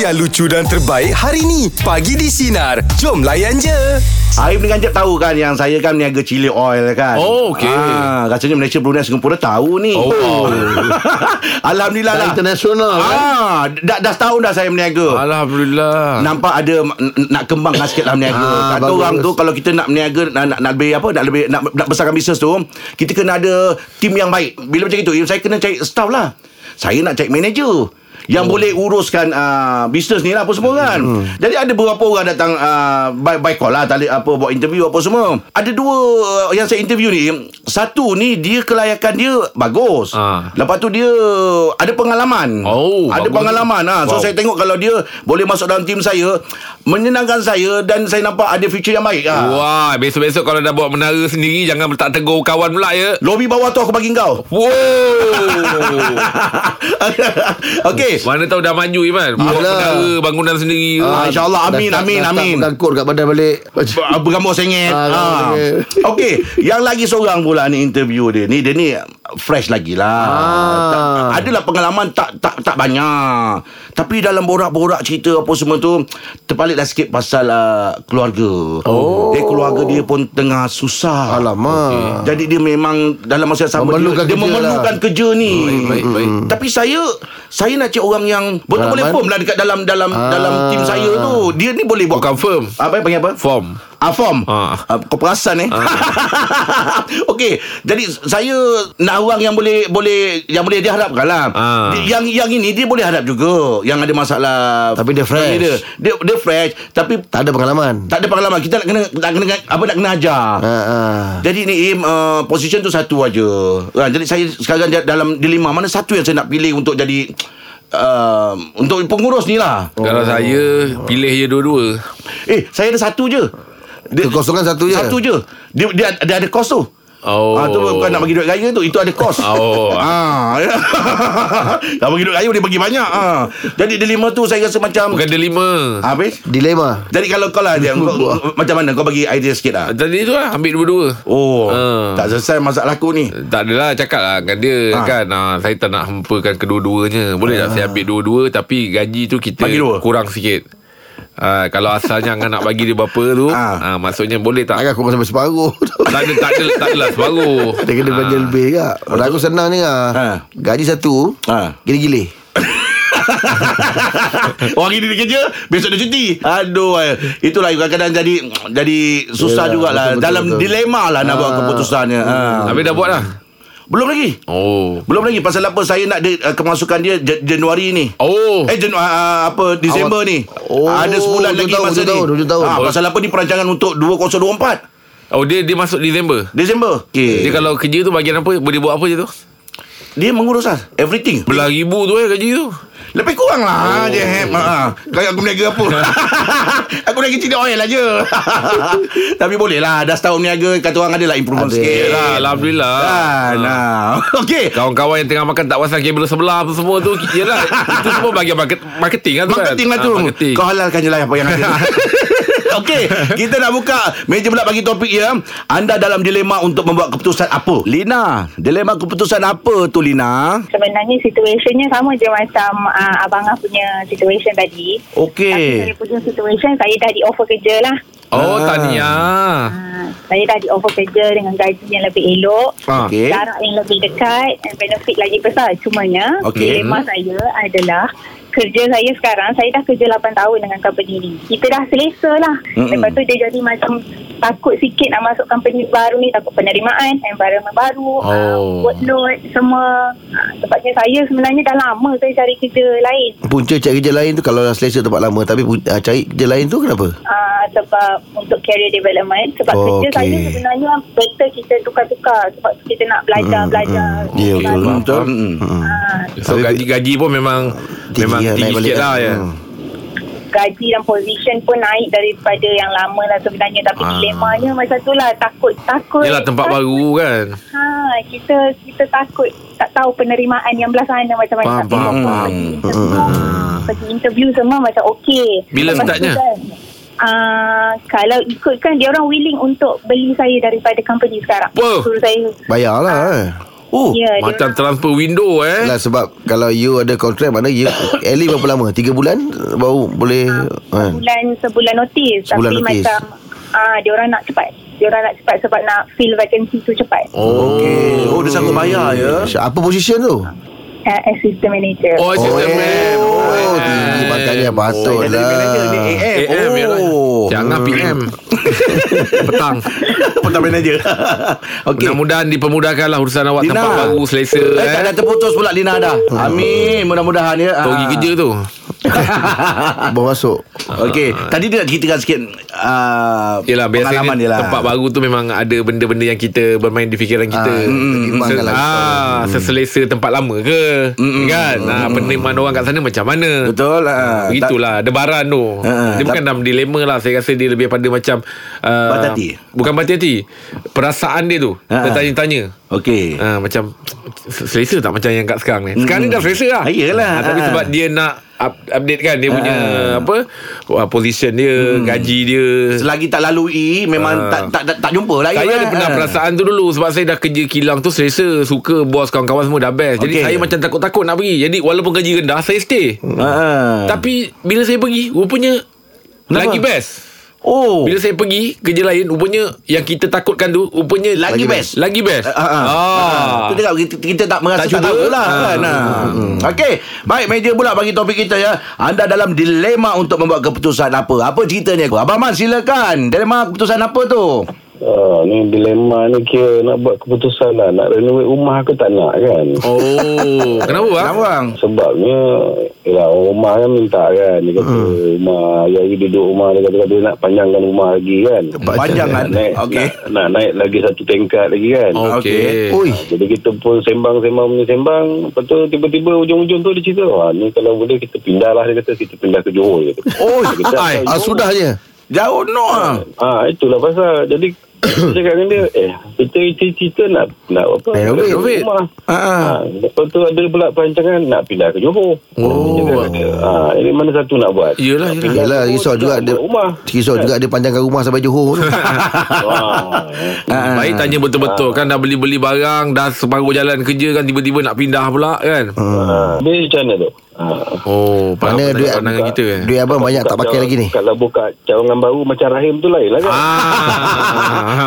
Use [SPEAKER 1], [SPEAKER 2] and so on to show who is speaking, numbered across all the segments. [SPEAKER 1] yang lucu dan terbaik hari ni. Pagi di Sinar. Jom layan je.
[SPEAKER 2] Arif dengan Jeb tahu kan Yang saya kan Niaga chili oil kan
[SPEAKER 3] Oh, okey.
[SPEAKER 2] ah, Rasanya Malaysia Brunei Singapura tahu ni
[SPEAKER 3] Oh, wow.
[SPEAKER 2] Alhamdulillah
[SPEAKER 4] Dah
[SPEAKER 2] lah
[SPEAKER 4] international kan?
[SPEAKER 2] ah, dah, dah setahun dah saya meniaga
[SPEAKER 3] Alhamdulillah.
[SPEAKER 2] Nampak ada n- n- Nak kembangkan sikit lah meniaga
[SPEAKER 4] Ah,
[SPEAKER 2] ah, Kata
[SPEAKER 4] bagus.
[SPEAKER 2] orang tu Kalau kita nak meniaga Nak, nak, nak lebih apa Nak lebih nak, nak besarkan bisnes tu Kita kena ada Tim yang baik Bila macam itu Saya kena cari staff lah Saya nak cari manager yang oh. boleh uruskan uh, bisnes ni lah apa semua kan. Hmm. Jadi ada beberapa orang datang uh, by, by call lah tali, apa buat interview apa semua. Ada dua uh, yang saya interview ni. Satu ni dia kelayakan dia bagus.
[SPEAKER 3] Ah.
[SPEAKER 2] Lepas tu dia ada pengalaman.
[SPEAKER 3] Oh,
[SPEAKER 2] ada
[SPEAKER 3] bagus.
[SPEAKER 2] pengalaman ah. So
[SPEAKER 3] Wow.
[SPEAKER 2] saya tengok kalau dia boleh masuk dalam tim saya, menyenangkan saya dan saya nampak ada future yang baik ah.
[SPEAKER 3] Wah, besok-besok kalau dah buat menara sendiri jangan letak tegur kawan pula ya.
[SPEAKER 2] Lobi bawah tu aku bagi kau.
[SPEAKER 3] Wow.
[SPEAKER 2] Okey.
[SPEAKER 3] Mana tahu dah maju Iman. Buat
[SPEAKER 4] Yelah.
[SPEAKER 3] menara bangunan sendiri.
[SPEAKER 2] Ah, InsyaAllah amin
[SPEAKER 4] Dah-
[SPEAKER 2] amin
[SPEAKER 4] dah-
[SPEAKER 2] amin.
[SPEAKER 4] Dah takut kat badan balik
[SPEAKER 2] Ber- Bergambar sengit
[SPEAKER 4] Ah, bergambar
[SPEAKER 2] ha.
[SPEAKER 4] sengit.
[SPEAKER 2] Okey Yang lagi seorang pula ni Interview dia ni Dia ni fresh lagi lah
[SPEAKER 4] Ah.
[SPEAKER 2] tak, Adalah pengalaman tak tak tak banyak Tapi dalam borak-borak cerita Apa semua tu Terpaliklah sikit pasal uh, Keluarga oh. Dia keluarga dia pun Tengah susah
[SPEAKER 4] Alamak
[SPEAKER 2] jadi dia memang dalam masa yang sama
[SPEAKER 4] Memerlukan
[SPEAKER 2] dia, dia
[SPEAKER 4] kerja
[SPEAKER 2] memerlukan
[SPEAKER 4] lah.
[SPEAKER 2] kerja ni.
[SPEAKER 3] Baik, baik, baik.
[SPEAKER 2] Mm. Tapi saya saya nak cari orang yang betul boleh
[SPEAKER 4] Pengalaman.
[SPEAKER 2] firm lah dekat dalam dalam
[SPEAKER 4] Ah.
[SPEAKER 2] dalam tim saya tu. Dia ni boleh buat
[SPEAKER 3] Bukan firm.
[SPEAKER 2] apa yang panggil apa?
[SPEAKER 3] Form.
[SPEAKER 2] Ah, form.
[SPEAKER 3] Ah.
[SPEAKER 2] Ah, kau perasan eh. Okey, jadi saya nak orang yang boleh boleh yang boleh diharapkan lah.
[SPEAKER 3] Ah.
[SPEAKER 2] Di- Yang yang ini dia boleh harap juga. Yang ada masalah
[SPEAKER 4] Tapi dia fresh.
[SPEAKER 2] Dia dia, dia fresh tapi
[SPEAKER 4] Tak ada pengalaman
[SPEAKER 2] tak ada pengalaman. Kita nak kena nak kena apa nak kena ajar.
[SPEAKER 4] Ha, ha.
[SPEAKER 2] Jadi ni Im uh, Position tu satu aja ha, Jadi saya sekarang ja- dalam dilema Mana satu yang saya nak pilih Untuk jadi uh, Untuk pengurus ni lah
[SPEAKER 3] Oh. Kalau saya pilih je dua-dua.
[SPEAKER 2] Eh saya ada satu je
[SPEAKER 4] Kekosongan satu je?
[SPEAKER 2] Satu je Dia, dia, dia ada kos tu
[SPEAKER 3] Oh.
[SPEAKER 2] Ah, tu bukan nak bagi duit raya tu Itu ada kos
[SPEAKER 3] Oh.
[SPEAKER 2] ah. Tak bagi duit raya Dia bagi banyak ah. Jadi dilema tu Saya rasa macam
[SPEAKER 3] Bukan delima.
[SPEAKER 2] Habis
[SPEAKER 4] Dilema
[SPEAKER 2] Jadi kalau kau lah dia, kau, Macam mana Kau bagi idea sikit lah
[SPEAKER 3] Tadi tu lah ambil dua-dua.
[SPEAKER 2] Oh
[SPEAKER 3] Ah.
[SPEAKER 2] Tak selesai masalah aku ni
[SPEAKER 3] Tak adalah cakap lah dengan dia
[SPEAKER 2] Ha.
[SPEAKER 3] ha. kan ha, Saya tak nak hempakan kedua-duanya Boleh tak saya ambil dua-dua Tapi gaji tu kita
[SPEAKER 2] Ah. Bagi dua?
[SPEAKER 3] kurang sikit ha, Kalau asalnya Angah nak bagi dia berapa tu
[SPEAKER 2] Ha.
[SPEAKER 3] ha. Maksudnya boleh tak?
[SPEAKER 4] Agak kurang sampai separuh
[SPEAKER 3] Tak ada, tak ada, tak ada lah separuh
[SPEAKER 4] Dia kena bagi lebih kak Orang aku senang ni
[SPEAKER 2] Ha.
[SPEAKER 4] lah Gaji satu
[SPEAKER 2] Ah.
[SPEAKER 4] Gila-gila
[SPEAKER 2] Orang ini dia kerja Besok dia cuti Aduh eh. Itulah kadang-kadang jadi Jadi susah
[SPEAKER 4] Yelah,
[SPEAKER 2] jugalah
[SPEAKER 4] betul, betul,
[SPEAKER 2] Dalam
[SPEAKER 4] betul.
[SPEAKER 2] dilema lah Nak
[SPEAKER 4] Ah.
[SPEAKER 2] buat keputusannya Ah.
[SPEAKER 3] Habis dah buat lah
[SPEAKER 2] Belum lagi
[SPEAKER 3] Oh
[SPEAKER 2] Belum lagi Pasal apa Saya nak dia, uh, kemasukan dia J- Januari ni
[SPEAKER 3] Oh
[SPEAKER 2] Eh Janu, uh, apa Disember
[SPEAKER 4] Awal-
[SPEAKER 2] ni Ah,
[SPEAKER 4] Oh,
[SPEAKER 2] Ada sebulan
[SPEAKER 4] hujung
[SPEAKER 2] lagi
[SPEAKER 4] tahun,
[SPEAKER 2] masa
[SPEAKER 4] hujung tahun,
[SPEAKER 2] ni
[SPEAKER 4] hujung tahun.
[SPEAKER 2] Ah, Pasal apa ni perancangan untuk 2024
[SPEAKER 3] Oh dia dia masuk Disember
[SPEAKER 2] Disember okay.
[SPEAKER 3] Dia
[SPEAKER 2] dia,
[SPEAKER 3] kalau kerja tu bagian apa Boleh buat apa je tu
[SPEAKER 2] dia mengurus lah Everything
[SPEAKER 3] Belah ribu tu eh gaji tu
[SPEAKER 2] Lebih kurang lah oh. je Hem. Ha. Kalau aku berniaga apa Aku berniaga cili oil aja Tapi boleh lah Dah setahun berniaga Kata orang ada lah improvement
[SPEAKER 4] Ada. Ah.
[SPEAKER 2] sikit
[SPEAKER 3] Yelah Alhamdulillah
[SPEAKER 2] Kan
[SPEAKER 3] Ha.
[SPEAKER 2] nah. Okey
[SPEAKER 3] Kawan-kawan yang tengah makan tak pasang kabel sebelah apa semua tu Yelah Itu semua bagian market, marketing kan tu kan
[SPEAKER 2] Marketing lah tu
[SPEAKER 3] Ah, Marketing
[SPEAKER 2] Kau halalkan je lah Apa yang ada Okey Kita nak buka Meja pula bagi topik ya Anda dalam dilema Untuk membuat keputusan apa Lina Dilema keputusan apa tu Lina
[SPEAKER 5] sebenarnya situationnya sama je macam uh, abang ah punya situation
[SPEAKER 2] Eh.
[SPEAKER 5] tadi. Tapi saya
[SPEAKER 2] Okey
[SPEAKER 5] punya situation saya dah di offer kerja lah.
[SPEAKER 3] Oh
[SPEAKER 2] Ah.
[SPEAKER 3] Tania
[SPEAKER 5] Uh, saya dah di offer kerja dengan gaji yang lebih elok.
[SPEAKER 3] Ah.
[SPEAKER 2] Okey
[SPEAKER 5] Jarak yang lebih dekat and benefit lagi besar. Cumanya
[SPEAKER 2] Okey.
[SPEAKER 5] dilema saya adalah kerja saya sekarang saya dah kerja 8 tahun dengan company ni. Kita dah selesa lah.
[SPEAKER 2] Mm-mm.
[SPEAKER 5] Mm-mm. Lepas tu dia jadi macam takut sikit nak masuk company baru ni takut penerimaan, environment baru, oh.
[SPEAKER 3] Oh.
[SPEAKER 5] uh, workload semua. Uh, sebabnya saya sebenarnya dah lama saya cari kerja lain.
[SPEAKER 4] Punca cari kerja lain tu Kalau dah selesa tempat lama Tapi pun- ah, cari kerja lain tu kenapa?
[SPEAKER 5] Uh, sebab untuk career development sebab
[SPEAKER 4] Oh,
[SPEAKER 5] okay. kerja
[SPEAKER 4] okey.
[SPEAKER 5] saya sebenarnya better kita tukar-tukar sebab kita nak belajar
[SPEAKER 4] Mm,
[SPEAKER 5] belajar
[SPEAKER 4] mm. Ya, betul.
[SPEAKER 5] Baru.
[SPEAKER 2] Betul Mm.
[SPEAKER 5] Ah,
[SPEAKER 3] So
[SPEAKER 4] Tapi-
[SPEAKER 3] gaji-gaji pun memang tinggi Memang
[SPEAKER 4] lah,
[SPEAKER 3] tinggi
[SPEAKER 4] naik balik
[SPEAKER 3] sikit lah ya
[SPEAKER 4] Hmm.
[SPEAKER 5] gaji dan position pun naik daripada yang lama lah sebenarnya tapi
[SPEAKER 3] Ah.
[SPEAKER 5] dilemanya macam tu lah takut takut
[SPEAKER 3] Yelah tempat baru kan
[SPEAKER 5] ha, kita kita takut tak tahu penerimaan yang belah sana macam mana
[SPEAKER 3] Faham, faham, Hmm, faham.
[SPEAKER 5] pergi interview, pergi interview semua macam okey
[SPEAKER 3] Bila
[SPEAKER 5] Lepas tu
[SPEAKER 3] startnya?
[SPEAKER 5] kan, ah, kalau ikutkan dia orang willing untuk beli saya daripada company sekarang
[SPEAKER 3] Wah.
[SPEAKER 5] suruh saya
[SPEAKER 4] Bayar lah eh.
[SPEAKER 2] Oh.
[SPEAKER 6] Ya, dia
[SPEAKER 3] Macam
[SPEAKER 6] orang-
[SPEAKER 3] transfer window eh.
[SPEAKER 4] Lah sebab kalau you ada kontrak mana you Ellie berapa lama? 3 bulan baru boleh ha.
[SPEAKER 6] bulan sebulan notis
[SPEAKER 4] Sebulan
[SPEAKER 6] tapi
[SPEAKER 4] notis.
[SPEAKER 6] macam ah dia orang nak cepat. Dia orang nak cepat sebab nak fill vacancy tu cepat. Oh.
[SPEAKER 2] Okey. Oh, dia sanggup bayar ya.
[SPEAKER 4] Apa position tu?
[SPEAKER 6] Uh, assistant manager.
[SPEAKER 3] Oh,
[SPEAKER 4] Oh,
[SPEAKER 3] assistant man.
[SPEAKER 4] oh
[SPEAKER 3] eh.
[SPEAKER 4] tinggi makanya
[SPEAKER 2] Oh,
[SPEAKER 4] patut
[SPEAKER 2] dia jadi manager, dia
[SPEAKER 4] lah.
[SPEAKER 2] AM.
[SPEAKER 3] AM ya lah.
[SPEAKER 2] Oh.
[SPEAKER 3] Jangan PM. Petang.
[SPEAKER 2] Petang manager. Okey.
[SPEAKER 3] Mudah-mudahan dipermudahkanlah urusan awak
[SPEAKER 2] Lina.
[SPEAKER 3] tempat baru selesa
[SPEAKER 2] Eh, Hmm.
[SPEAKER 3] eh.
[SPEAKER 2] tak ada terputus pula Lina dah. Amin. Mudah-mudahan ya. Ah.
[SPEAKER 3] Pergi kerja tu.
[SPEAKER 4] Baru masuk.
[SPEAKER 2] Okey, tadi dia nak ceritakan sikit uh,
[SPEAKER 3] Ah. Yelah biasanya
[SPEAKER 2] pengalaman dia lah.
[SPEAKER 3] tempat baru tu memang ada benda-benda yang kita bermain di fikiran kita. Se-
[SPEAKER 4] Ah,
[SPEAKER 2] mm, lah.
[SPEAKER 4] pertimbangkan lagi.
[SPEAKER 3] ah, seselesa tempat lama ke?
[SPEAKER 2] Mm,
[SPEAKER 3] kan? Nah, penerimaan orang kat sana macam mana?
[SPEAKER 2] Betul. Uh,
[SPEAKER 3] Ah, Begitulah Debaran tu
[SPEAKER 2] Ha,
[SPEAKER 3] Dia
[SPEAKER 2] tak-
[SPEAKER 3] bukan dalam dilema lah Saya rasa dia lebih pada macam uh,
[SPEAKER 2] Batin hati?
[SPEAKER 3] Bukan batin hati Perasaan dia tu
[SPEAKER 2] Ha.
[SPEAKER 3] Tertanya-tanya
[SPEAKER 2] Okey.
[SPEAKER 3] Ha, macam selesa tak macam yang kat sekarang ni Sekarang ni
[SPEAKER 2] Mm-mm.
[SPEAKER 3] dah selesa lah
[SPEAKER 2] Ah,
[SPEAKER 3] Ah,
[SPEAKER 2] yelah.
[SPEAKER 3] Tapi
[SPEAKER 2] Ah.
[SPEAKER 3] sebab dia nak up, update kan Dia punya apa ah, Position dia
[SPEAKER 2] Hmm.
[SPEAKER 3] Gaji dia
[SPEAKER 2] Selagi tak lalui memang tak, tak tak tak jumpa lah.
[SPEAKER 3] Ah. saya ada pernah perasaan tu dulu Sebab saya dah kerja kilang tu Selesa Suka bos kawan-kawan semua dah best Jadi
[SPEAKER 2] Okey.
[SPEAKER 3] saya macam takut-takut nak pergi Jadi walaupun gaji rendah Saya stay
[SPEAKER 2] Uh,
[SPEAKER 3] Tapi bila saya pergi Rupanya Lagi best
[SPEAKER 2] oh.
[SPEAKER 3] Bila saya pergi kerja lain Rupanya yang kita takutkan tu Rupanya
[SPEAKER 2] Lagi best.
[SPEAKER 3] Lagi best
[SPEAKER 2] Ah, ah. Ah. Tu cakap kita, kita tak merasa
[SPEAKER 3] Tak
[SPEAKER 2] tak,
[SPEAKER 3] cuba.
[SPEAKER 2] tahu lah
[SPEAKER 3] Ah.
[SPEAKER 2] kan. Ah. Hmm. Okey, baik meja pula bagi topik kita ya. Anda dalam dilema untuk membuat keputusan apa? Apa ceritanya? Abang Man silakan. Dilema keputusan apa tu?
[SPEAKER 7] Ah, ni dilema ni kira nak buat keputusan lah. Nak renovate rumah ke tak nak kan?
[SPEAKER 3] Oh Kenapa bang?
[SPEAKER 2] Kenapa bang?
[SPEAKER 7] Sebabnya Yelah orang rumah kan minta kan Dia kata rumah Yari duduk rumah Dia kata dia nak panjangkan rumah lagi kan
[SPEAKER 2] Panjang kan?
[SPEAKER 7] Naik,
[SPEAKER 2] Okey.
[SPEAKER 7] nak, nak naik lagi satu tingkat lagi kan
[SPEAKER 3] Okey okay.
[SPEAKER 4] Ui.
[SPEAKER 7] Ah, Jadi kita pun sembang-sembang punya sembang Lepas tu tiba-tiba ujung-ujung tu dia cerita Wah ni kalau boleh kita pindah lah Dia kata kita pindah ke Johor dia kata.
[SPEAKER 2] Oh,
[SPEAKER 7] Kita asal
[SPEAKER 3] ai,
[SPEAKER 4] Ah,
[SPEAKER 7] Johor.
[SPEAKER 4] sudahnya.
[SPEAKER 2] jauh no. ah.
[SPEAKER 7] Ah itulah pasal. Jadi saya cakap dengan dia, eh kita cerita nak nak apa?
[SPEAKER 8] Eh,
[SPEAKER 4] Renovate.
[SPEAKER 7] renovate Rumah.
[SPEAKER 4] Ha.
[SPEAKER 2] Ah, ah.
[SPEAKER 7] Ah, lepas tu ada pula perancangan nak pindah ke Johor.
[SPEAKER 3] Oh.
[SPEAKER 7] Dia cakap dengan dia, Ah, ini mana satu nak buat?
[SPEAKER 4] Ya.
[SPEAKER 3] Yelah,
[SPEAKER 7] Nak
[SPEAKER 3] yelah.
[SPEAKER 7] pindah
[SPEAKER 4] Yalah
[SPEAKER 7] Johor,
[SPEAKER 4] risau
[SPEAKER 7] nak
[SPEAKER 4] juga dia
[SPEAKER 7] buat rumah.
[SPEAKER 4] risau juga dia panjangkan rumah sampai Johor tu.
[SPEAKER 7] Ah.
[SPEAKER 3] Baik tanya betul-betul Kan dah beli-beli barang Dah separuh jalan kerja kan Tiba-tiba nak pindah pula kan
[SPEAKER 7] Ah.
[SPEAKER 4] Hmm.
[SPEAKER 7] Dia macam mana tu? Ah.
[SPEAKER 3] Oh
[SPEAKER 4] Mana
[SPEAKER 3] Mana
[SPEAKER 4] duit-
[SPEAKER 3] pandangan kita eh
[SPEAKER 4] Duit abang banyak tak
[SPEAKER 7] Buka
[SPEAKER 4] pakai
[SPEAKER 7] cal-
[SPEAKER 4] lagi ni.
[SPEAKER 7] Kalau buka cawangan baru macam rahim tu lain lah kan?
[SPEAKER 4] Ah.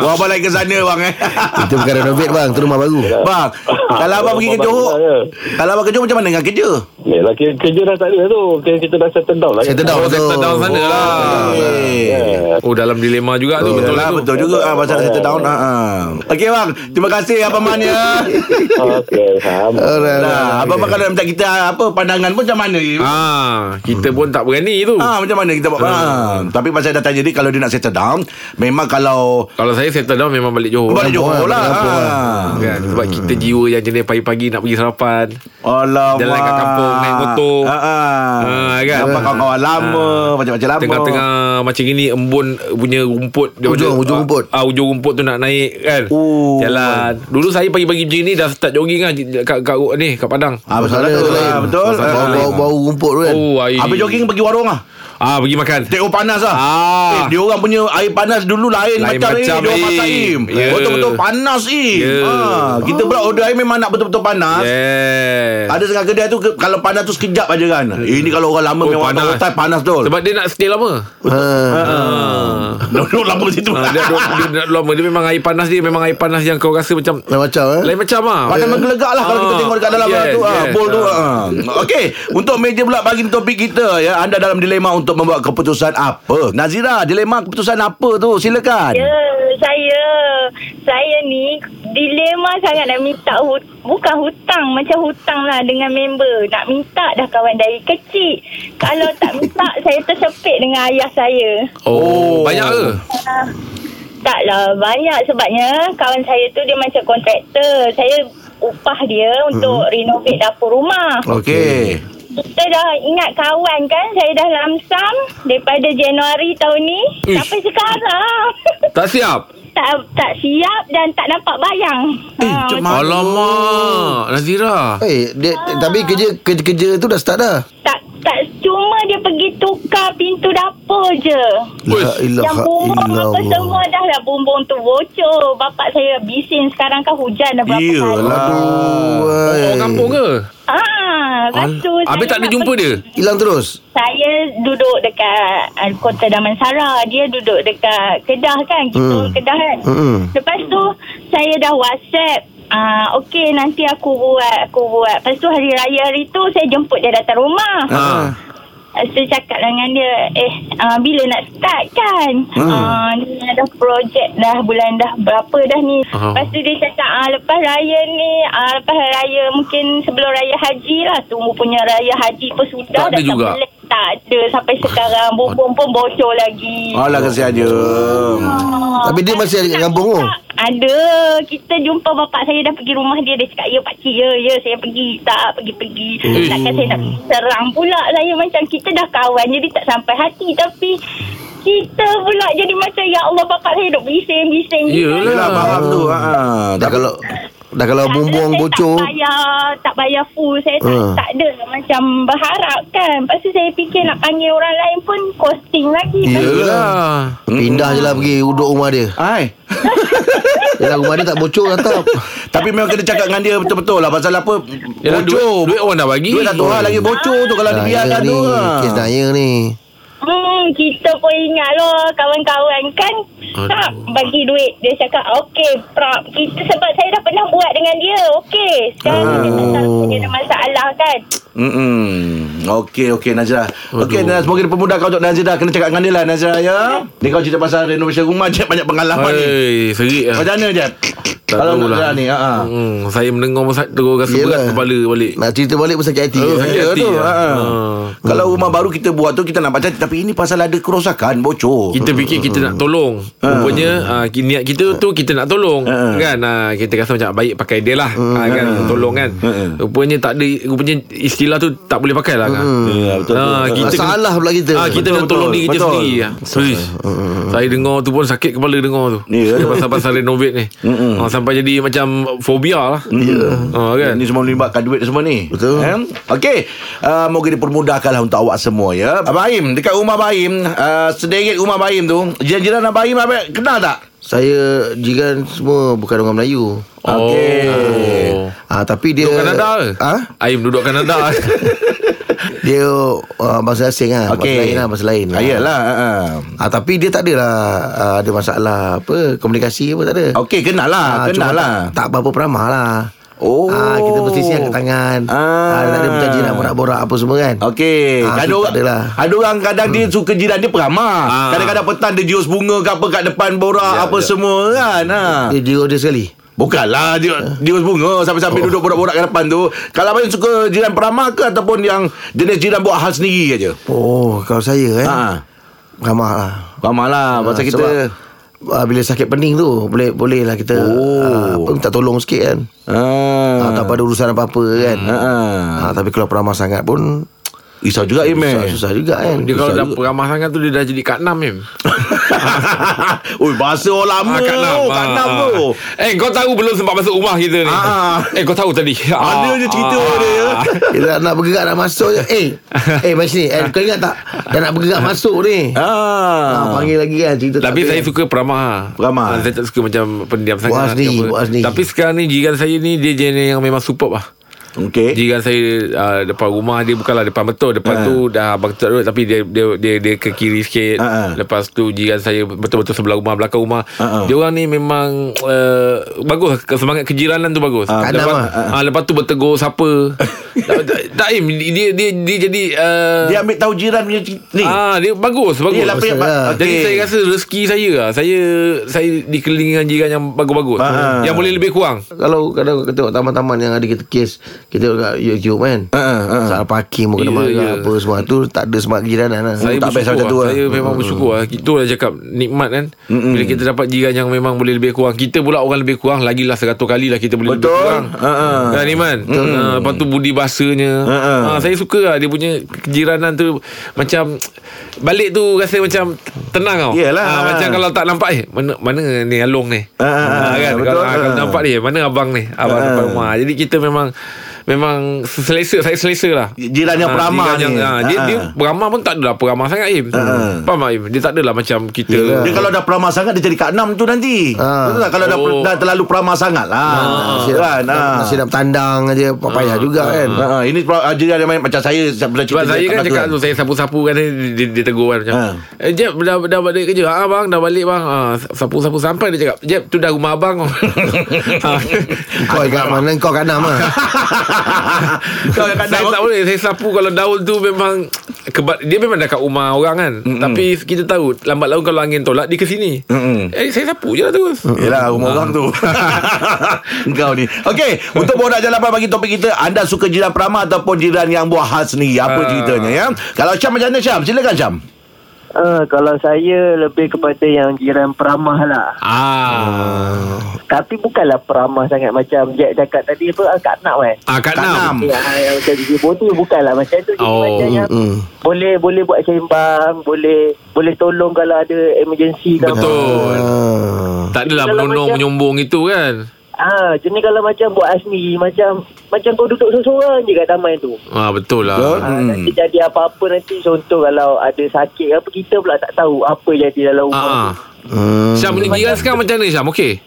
[SPEAKER 3] Ah.
[SPEAKER 2] Wah, abang lain ke sana bang eh.
[SPEAKER 4] Itu bukan renovate bang, tu rumah baru.
[SPEAKER 2] bang, kalau abang pergi ke Johor,
[SPEAKER 7] lah, ya.
[SPEAKER 2] kalau abang ke Johor macam mana dengan kerja?
[SPEAKER 7] Yelah, kerja, lah, kerja dah tak ada tu. Kerja kita dah settle down lah. Ya,
[SPEAKER 4] Settle down
[SPEAKER 3] Oh
[SPEAKER 4] tu.
[SPEAKER 3] settle down sana lah
[SPEAKER 2] Eh.
[SPEAKER 3] Oh dalam dilema juga tu Betul
[SPEAKER 2] Betul
[SPEAKER 3] lah
[SPEAKER 2] lah, betul juga ah pasal settle down. Ha ah. Okey bang, terima kasih abang Man ya.
[SPEAKER 7] Okey, faham.
[SPEAKER 4] Alright.
[SPEAKER 2] Nah, abang Man kalau nak minta kita apa pandangan pun macam mana?
[SPEAKER 3] Ah, kita pun tak berani tu.
[SPEAKER 2] Ah, macam mana kita buat? Ah. Tapi pasal dah tanya dia kalau dia nak settle down, memang kalau
[SPEAKER 3] Kalau saya settle down memang balik Johor.
[SPEAKER 2] balik Johor
[SPEAKER 4] Lampung
[SPEAKER 2] lah.
[SPEAKER 4] lah, Lampung lah.
[SPEAKER 2] Ah.
[SPEAKER 3] Kan? Sebab kita jiwa yang jenis pagi-pagi nak pergi sarapan.
[SPEAKER 2] Alamak.
[SPEAKER 3] Jalan kat kampung, naik motor.
[SPEAKER 2] Ha ah.
[SPEAKER 3] Ah, kan? Ha.
[SPEAKER 2] Nampak kawan-kawan lama, macam-macam lama.
[SPEAKER 3] Tengah-tengah macam gini embun punya rumput daripada-
[SPEAKER 4] Ujung, ujung
[SPEAKER 3] ah,
[SPEAKER 4] rumput.
[SPEAKER 3] Ah, ujung rumput tu nak naik kan.
[SPEAKER 2] Oh.
[SPEAKER 3] Jalan. Dulu saya pagi-pagi macam ni dah start jogging kan kat, kat, ni kat Padang.
[SPEAKER 2] Ah, betul
[SPEAKER 4] Sana
[SPEAKER 2] lah tu.
[SPEAKER 4] tu lain.
[SPEAKER 2] Ah, betul.
[SPEAKER 4] Bau-
[SPEAKER 2] Ah.
[SPEAKER 4] Bau bau rumput tu kan.
[SPEAKER 3] Oh, air.
[SPEAKER 2] Habis jogging pergi warung ah.
[SPEAKER 3] Ah, pergi makan.
[SPEAKER 2] Teh panas lah
[SPEAKER 3] Ah.
[SPEAKER 2] eh, Dia orang punya air panas dulu lain,
[SPEAKER 3] Lain
[SPEAKER 2] macam,
[SPEAKER 3] macam,
[SPEAKER 2] ni Dia orang masak
[SPEAKER 3] Im.
[SPEAKER 2] Im
[SPEAKER 3] Ya.
[SPEAKER 2] Betul-betul panas Im
[SPEAKER 3] Ya.
[SPEAKER 2] ha, Kita pula order air memang nak betul-betul panas
[SPEAKER 3] Yes.
[SPEAKER 2] Ada setengah kedai tu ke- Kalau panas tu sekejap aja kan Ini kalau orang lama
[SPEAKER 3] Oh,
[SPEAKER 2] memang
[SPEAKER 3] panas.
[SPEAKER 2] panas. panas tu
[SPEAKER 3] Sebab dia nak stay lama.
[SPEAKER 4] Ha.
[SPEAKER 3] Ah.
[SPEAKER 2] Duduk lama situ
[SPEAKER 3] Ah, dia, dia, dia, dia, lama dia memang air panas dia memang air panas yang kau rasa macam
[SPEAKER 4] Lain macam eh.
[SPEAKER 3] lain macam ah.
[SPEAKER 2] Macam menggelegak lah Kalau kita
[SPEAKER 3] Ah,
[SPEAKER 2] tengok dekat dalam
[SPEAKER 3] yes,
[SPEAKER 2] tu ah,
[SPEAKER 3] yes. Oh.
[SPEAKER 2] Bol tu ah. Okey Untuk meja pula Bagi topik kita ya Anda dalam dilema Untuk membuat keputusan apa Nazira Dilema keputusan apa tu Silakan
[SPEAKER 6] Ya, saya saya ni dilema sangat nak minta hut, bukan hutang macam hutang lah dengan member. Nak minta dah kawan dari kecil. Kalau tak minta saya tersepit dengan ayah saya.
[SPEAKER 3] Oh,
[SPEAKER 2] Oh.
[SPEAKER 3] banyak ke?
[SPEAKER 6] Taklah lah, banyak sebabnya kawan saya tu dia macam kontraktor. Saya upah dia untuk hmm. renovate dapur rumah.
[SPEAKER 2] Okey
[SPEAKER 6] Kita dah ingat kawan kan Saya dah lamsam Daripada Januari tahun ni
[SPEAKER 3] Ish.
[SPEAKER 6] Ish. Sampai sekarang
[SPEAKER 3] Tak siap.
[SPEAKER 6] tak, tak siap dan tak nampak bayang Ah,
[SPEAKER 2] Eh, macam
[SPEAKER 6] macam-
[SPEAKER 2] Aduh.
[SPEAKER 3] Alamak, Nazira.
[SPEAKER 6] Ah.
[SPEAKER 4] Eh, dia, tapi kerja, kerja kerja tu dah start dah.
[SPEAKER 6] tak, tak Cuma dia je pergi tukar pintu dapur je.
[SPEAKER 4] La
[SPEAKER 6] Yang
[SPEAKER 4] ilaha
[SPEAKER 6] bumbung apa semua
[SPEAKER 4] illallah.
[SPEAKER 6] dah lah bumbung tu bocor. Bapak saya bising sekarang kan hujan dah berapa
[SPEAKER 2] Iyalah.
[SPEAKER 6] kali.
[SPEAKER 4] Wah.
[SPEAKER 2] Eh.
[SPEAKER 3] Orang kampung ke?
[SPEAKER 6] Ah, lepas tu
[SPEAKER 3] Habis
[SPEAKER 6] saya
[SPEAKER 3] tak ada
[SPEAKER 6] nak
[SPEAKER 3] jumpa
[SPEAKER 6] pergi-
[SPEAKER 3] dia?
[SPEAKER 4] Hilang terus.
[SPEAKER 6] Saya duduk dekat uh, Kota Damansara. Dia duduk dekat Kedah kan. Gitu
[SPEAKER 4] Hmm.
[SPEAKER 6] Kedah kan.
[SPEAKER 4] Mm-mm.
[SPEAKER 6] Lepas tu saya dah WhatsApp Ah, okey nanti aku buat aku buat. Lepas tu hari raya hari tu saya jemput dia datang rumah.
[SPEAKER 2] Ah.
[SPEAKER 6] Lepas tu cakap dengan dia Eh uh, bila nak start kan hmm. uh, Ni ada projek dah Bulan dah berapa dah ni
[SPEAKER 3] Ah.
[SPEAKER 6] oh. Lepas tu dia cakap ah, Lepas raya ni ah, Lepas raya mungkin sebelum raya haji lah Tunggu punya raya haji pun sudah
[SPEAKER 3] Tak ada
[SPEAKER 6] dah
[SPEAKER 3] juga.
[SPEAKER 6] Tak, boleh. tak ada sampai sekarang Bumbung pun bocor lagi
[SPEAKER 2] Alah kesian dia.
[SPEAKER 6] Ah.
[SPEAKER 4] Tapi dia masih ada kat kampung tu?
[SPEAKER 6] Ada Kita jumpa bapak saya dah pergi rumah dia Dia cakap ya pakcik ya ya saya pergi Tak pergi-pergi
[SPEAKER 3] Eh.
[SPEAKER 6] Takkan saya nak serang pula Saya macam kita dah kawan Jadi tak sampai hati Tapi kita pula jadi macam Ya Allah bapak saya duk bising-bising
[SPEAKER 3] Yelah.
[SPEAKER 2] Yelah faham tu. Ha.
[SPEAKER 4] Dah Ah. kalau dah kalau bumbung bocor.
[SPEAKER 6] tak bayar tak bayar full saya tak,
[SPEAKER 4] Ah.
[SPEAKER 6] tak ada macam berharap kan lepas tu saya fikir nak panggil orang lain pun costing lagi
[SPEAKER 3] Yelah.
[SPEAKER 4] Pindah je lah pergi duduk rumah dia.
[SPEAKER 2] Hai.
[SPEAKER 4] Yalah rumah dia tak bocor atap.
[SPEAKER 2] Tapi memang kena cakap dengan dia betul-betul lah pasal apa
[SPEAKER 3] Yelah, duit- duit orang dah bagi.
[SPEAKER 2] Duit dah Tuhan lagi bocor tu kalau dibiarkan
[SPEAKER 4] ni,
[SPEAKER 2] tu. ha.
[SPEAKER 4] kes daya ni.
[SPEAKER 6] Hmm, kita pun ingat loh kawan-kawan kan tak bagi duit. Dia cakap, okey, prop. Kita sebab saya dah pernah buat dengan dia, okey. Sekarang dia tak tahu dia ada masalah kan.
[SPEAKER 2] Mm-mm. Okey, okey Najra. Okey, Najra, semoga dia pemuda kau untuk Najra. Kena cakap dengan dia lah Najra ya. Ni kau cerita pasal renovation rumah je banyak pengalaman ni.
[SPEAKER 3] Hai, serik lah.
[SPEAKER 2] Macam mana je?
[SPEAKER 3] Tak
[SPEAKER 2] Kalau
[SPEAKER 3] tahulah.
[SPEAKER 2] Najra ni, ha.
[SPEAKER 3] Hmm, saya mendengar masa tu rasa
[SPEAKER 4] Yelah.
[SPEAKER 3] berat kepala balik.
[SPEAKER 4] Nak cerita balik pun sakit hati.
[SPEAKER 3] Oh,
[SPEAKER 4] je.
[SPEAKER 3] sakit
[SPEAKER 2] Ya,
[SPEAKER 3] hati
[SPEAKER 2] tu,
[SPEAKER 3] lah.
[SPEAKER 2] ha.
[SPEAKER 3] Ha.
[SPEAKER 2] Kalau rumah baru kita buat tu kita nampak cantik tapi ini pasal ada kerosakan bocor.
[SPEAKER 3] Kita fikir kita nak tolong Rupanya uh, Niat kita tu Kita nak tolong
[SPEAKER 2] Ha. Hmm,
[SPEAKER 3] Kan uh, Kita rasa macam Baik pakai dia lah uh, kan, Tolong kan
[SPEAKER 2] Ha,
[SPEAKER 3] Rupanya tak ada Rupanya istilah tu Tak boleh pakai lah kan?
[SPEAKER 2] Ya, betul.
[SPEAKER 3] Ah,
[SPEAKER 2] betul.
[SPEAKER 3] kita
[SPEAKER 4] Masalah
[SPEAKER 3] kena-
[SPEAKER 4] pula kita.
[SPEAKER 3] ah, Kita
[SPEAKER 2] Betul,
[SPEAKER 3] kena tolong
[SPEAKER 2] betul.
[SPEAKER 3] diri kita
[SPEAKER 2] Betul. Mm,
[SPEAKER 3] sendiri ah. Uish. Saya dengar tu pun Sakit kepala dengar tu
[SPEAKER 2] Ya.
[SPEAKER 3] Pasal-pasal renovate ni
[SPEAKER 2] Mm,
[SPEAKER 3] Ah, Sampai jadi macam Fobia lah Ah, kan?
[SPEAKER 2] Hmm. Ini semua melibatkan duit semua ni
[SPEAKER 4] Betul.
[SPEAKER 2] eh? Okey uh, Moga dipermudahkan lah Untuk awak semua ya Abang Aim Dekat rumah Abang Aim uh, Sedikit rumah Abang Aim tu Jiran-jiran Abang Aim Abang kenal tak?
[SPEAKER 4] Saya jiran semua bukan orang Melayu.
[SPEAKER 3] Oh.
[SPEAKER 2] Okey. Ha?
[SPEAKER 4] Ah tapi dia
[SPEAKER 3] Duduk Kanada ke?
[SPEAKER 4] Ah?
[SPEAKER 3] Aim duduk Kanada
[SPEAKER 4] Dia uh, bahasa asing ah, bahasa lain lah, bahasa lain.
[SPEAKER 2] ah, Yalah uh,
[SPEAKER 4] Ah tapi dia tak adalah ah, ada masalah apa komunikasi apa tak ada.
[SPEAKER 2] Okey kenal lah
[SPEAKER 4] Ah,
[SPEAKER 2] Kenal
[SPEAKER 4] cuma
[SPEAKER 2] lah
[SPEAKER 4] Tak, tak berapa peramah lah.
[SPEAKER 2] Oh.
[SPEAKER 4] Ah kita mesti siap kat tangan.
[SPEAKER 2] Ah.
[SPEAKER 4] Ah, tak ada berjanji nak borak-borak apa semua kan.
[SPEAKER 2] Okey,
[SPEAKER 4] Ah,
[SPEAKER 2] ada
[SPEAKER 4] tu
[SPEAKER 2] orang
[SPEAKER 4] tak adalah. Hmm.
[SPEAKER 2] ada orang kadang dia suka jiran dia peramah.
[SPEAKER 3] Ah.
[SPEAKER 2] Kadang-kadang petang dia jius bunga ke apa kat depan borak
[SPEAKER 4] Ya,
[SPEAKER 2] apa semua kan. Ha.
[SPEAKER 4] Dia jiwa dia sekali.
[SPEAKER 2] Bukanlah dia
[SPEAKER 4] Eh.
[SPEAKER 2] dia bunga sambil-sambil
[SPEAKER 4] Oh.
[SPEAKER 2] duduk borak-borak kat depan tu. Kalau abang suka jiran peramah ke ataupun yang jenis jiran buat hal sendiri aja.
[SPEAKER 4] Oh, kalau saya eh.
[SPEAKER 3] Ah.
[SPEAKER 2] Ha.
[SPEAKER 4] Ramah lah.
[SPEAKER 2] Ramah lah
[SPEAKER 4] Ah,
[SPEAKER 2] pasal kita
[SPEAKER 4] sebab, ah, bila sakit pening tu boleh boleh lah kita ah, apa, minta tolong sikit kan. Ah,
[SPEAKER 2] Ah.
[SPEAKER 4] tak ada urusan apa-apa kan.
[SPEAKER 2] Ha.
[SPEAKER 4] Ah, tapi kalau peramah sangat pun
[SPEAKER 2] Risau juga Imeh.
[SPEAKER 4] susah, susah juga kan.
[SPEAKER 3] Dia kalau
[SPEAKER 4] Susah
[SPEAKER 3] dah
[SPEAKER 4] juga.
[SPEAKER 3] peramah sangat tu Dia dah jadi Kak Nam Im
[SPEAKER 2] Oi, bahasa orang lama.
[SPEAKER 3] Ah, Kak Nam,
[SPEAKER 2] oh, Kak Nam tu.
[SPEAKER 3] Eh kau tahu belum sempat masuk rumah kita ni
[SPEAKER 2] Ah.
[SPEAKER 3] Eh kau tahu tadi
[SPEAKER 2] Ada
[SPEAKER 3] Ah,
[SPEAKER 2] je cerita
[SPEAKER 3] ah,
[SPEAKER 2] dia, ya.
[SPEAKER 4] Kita nak bergerak nak masuk je Eh Eh macam ni eh, Kau ingat tak Dah nak bergerak masuk ni
[SPEAKER 2] Ah.
[SPEAKER 4] ah, Panggil lagi kan Cerita
[SPEAKER 3] Tapi
[SPEAKER 4] tak
[SPEAKER 3] saya
[SPEAKER 4] habis.
[SPEAKER 3] suka peramah
[SPEAKER 2] Peramah.
[SPEAKER 3] Ah, Saya tak suka macam Pendiam sangat ke
[SPEAKER 4] sendiri,
[SPEAKER 3] apa.
[SPEAKER 4] buat sendiri.
[SPEAKER 3] Tapi sekarang ni Jiran saya ni Dia jenis yang memang superb lah
[SPEAKER 2] Okey.
[SPEAKER 3] Jiran saya uh, Depan rumah dia Bukanlah depan betul Depan
[SPEAKER 2] Eh? Ah.
[SPEAKER 3] tu dah Abang tak duduk Tapi dia dia, dia dia ke kiri sikit
[SPEAKER 2] Ah, ah.
[SPEAKER 3] Lepas tu jiran saya Betul-betul sebelah rumah Belakang rumah
[SPEAKER 2] Ah, ah.
[SPEAKER 3] Dia orang ni memang uh, Bagus Semangat kejiranan tu bagus
[SPEAKER 2] Ah,
[SPEAKER 4] kadang
[SPEAKER 3] lepas,
[SPEAKER 4] lah.
[SPEAKER 3] ah, lepas tu bertegur siapa tak, tak, tak, Im, dia, dia, dia jadi uh,
[SPEAKER 2] Dia ambil tahu jiran punya cerita ni.
[SPEAKER 3] Ah dia bagus bagus.
[SPEAKER 2] Yelah, apa yang-
[SPEAKER 4] Masalah.
[SPEAKER 2] okey.
[SPEAKER 3] Jadi saya rasa rezeki saya lah. Saya saya dikelilingi dengan jiran yang bagus-bagus.
[SPEAKER 2] Ah.
[SPEAKER 3] Yang boleh lebih kurang.
[SPEAKER 4] Kalau kadang kita tengok taman-taman Yang ada kita kes Kita kat YouTube kan
[SPEAKER 2] ah, ah.
[SPEAKER 4] Salah parking pun kena
[SPEAKER 3] Ya,
[SPEAKER 4] marah
[SPEAKER 3] ya.
[SPEAKER 4] Apa semua tu Tak ada semangat kejiranan lah
[SPEAKER 3] Saya
[SPEAKER 2] tak best
[SPEAKER 3] bersyukur
[SPEAKER 2] macam tu
[SPEAKER 3] lah.
[SPEAKER 2] lah. Hmm.
[SPEAKER 3] Saya memang bersyukur lah. Itu lah cakap nikmat kan. Bila kita dapat jiran yang memang boleh lebih kurang. Kita pula orang lebih kurang. Lagilah seratus kali lah kita boleh
[SPEAKER 2] Betul.
[SPEAKER 3] lebih kurang.
[SPEAKER 2] Ah, ah.
[SPEAKER 3] Kan Iman? Ah, lepas tu budi bahasanya.
[SPEAKER 2] Ah, ah.
[SPEAKER 3] Ah, saya suka lah dia punya kejiranan tu. Macam balik tu rasa macam tenang tau.
[SPEAKER 2] Yelah.
[SPEAKER 3] Ah, macam kalau tak nampak eh. Mana, mana ni Along ni?
[SPEAKER 2] Ah, ah,
[SPEAKER 3] Ah, kan?
[SPEAKER 2] betul.
[SPEAKER 3] Kalau, ah, kalau
[SPEAKER 2] Ah.
[SPEAKER 3] nampak ni. Mana abang ni? Abang
[SPEAKER 2] Ah.
[SPEAKER 3] depan rumah. Jadi kita memang memang selesa saya selesa lah.
[SPEAKER 2] Jiran yang peramah
[SPEAKER 3] jiran
[SPEAKER 2] ni.
[SPEAKER 3] yang, ha, dia,
[SPEAKER 2] Ha.
[SPEAKER 3] dia peramah pun tak adalah peramah sangat Im.
[SPEAKER 2] Ha.
[SPEAKER 3] Faham tak, Im? Dia tak adalah macam kita. lah.
[SPEAKER 4] Yelah.
[SPEAKER 2] Dia kalau dah peramah sangat Dia jadi kat enam tu nanti
[SPEAKER 4] Ah.
[SPEAKER 2] Betul tak Kalau dah,
[SPEAKER 3] Oh. Ah.
[SPEAKER 2] dah terlalu peramah sangat lah
[SPEAKER 4] Nasi,
[SPEAKER 2] Kan
[SPEAKER 4] nak-
[SPEAKER 2] ah.
[SPEAKER 4] nasi nak bertandang aja Payah juga kan
[SPEAKER 2] Ha, ini pra- ah, jadi ada main macam saya saya pernah cerita
[SPEAKER 3] Sebab saya kan
[SPEAKER 2] kat
[SPEAKER 3] cakap
[SPEAKER 2] tu.
[SPEAKER 3] tu Saya sapu-sapu kan Dia, dia, dia tegur kan macam
[SPEAKER 2] Ha.
[SPEAKER 3] eh, Jeb dah, dah balik kerja Ha bang dah balik bang ha, Sapu-sapu sampai dia cakap Jeb tu dah rumah abang ha.
[SPEAKER 4] Kau kat mana Kau kat enam lah
[SPEAKER 2] Kau kat
[SPEAKER 3] Saya tak boleh Saya sapu kalau daun tu memang kebat, Dia memang dekat rumah orang kan Mm-mm. Tapi kita tahu Lambat laun kalau angin tolak Dia ke sini
[SPEAKER 2] Mm-mm.
[SPEAKER 3] eh, Saya sapu je lah terus
[SPEAKER 2] Yelah rumah orang tu Ah. Engkau ni Okey Untuk borak jalan apa Bagi topik kita Anda suka jiran peramah Ataupun jiran yang buah hal sendiri Apa
[SPEAKER 3] Ah.
[SPEAKER 2] ceritanya ya Kalau Syam macam mana Syam Silakan Syam
[SPEAKER 9] Uh, kalau saya lebih kepada yang jiran peramah lah.
[SPEAKER 3] Ah,
[SPEAKER 9] Tapi bukanlah peramah sangat macam Jack cakap tadi apa ah, Kak Nak kan.
[SPEAKER 3] ah Kak
[SPEAKER 2] Kak Nam.
[SPEAKER 9] Ya,
[SPEAKER 3] Nam
[SPEAKER 9] yang macam DJ Bodi bukanlah macam tu. Dia
[SPEAKER 3] Oh,
[SPEAKER 9] macam yang
[SPEAKER 4] mm.
[SPEAKER 9] boleh boleh buat sembang, boleh boleh tolong kalau ada emergency kalau
[SPEAKER 3] Betul
[SPEAKER 4] Ah.
[SPEAKER 3] Tak adalah
[SPEAKER 9] Kalau
[SPEAKER 3] menonong
[SPEAKER 9] macam-
[SPEAKER 3] menyombong itu kan
[SPEAKER 9] Ah, jenis kalau macam buat hal sendiri macam macam kau duduk seorang-seorang je kat taman tu.
[SPEAKER 3] Ah betul lah
[SPEAKER 2] Betul.
[SPEAKER 9] Ah,
[SPEAKER 2] Hmm.
[SPEAKER 9] Nanti jadi apa-apa nanti contoh kalau ada sakit ke apa kita pula tak tahu apa jadi dalam rumah
[SPEAKER 3] Ah, ah.
[SPEAKER 9] tu.
[SPEAKER 4] Hmm.
[SPEAKER 3] Syam punya jiran sekarang macam mana Syam? Okey?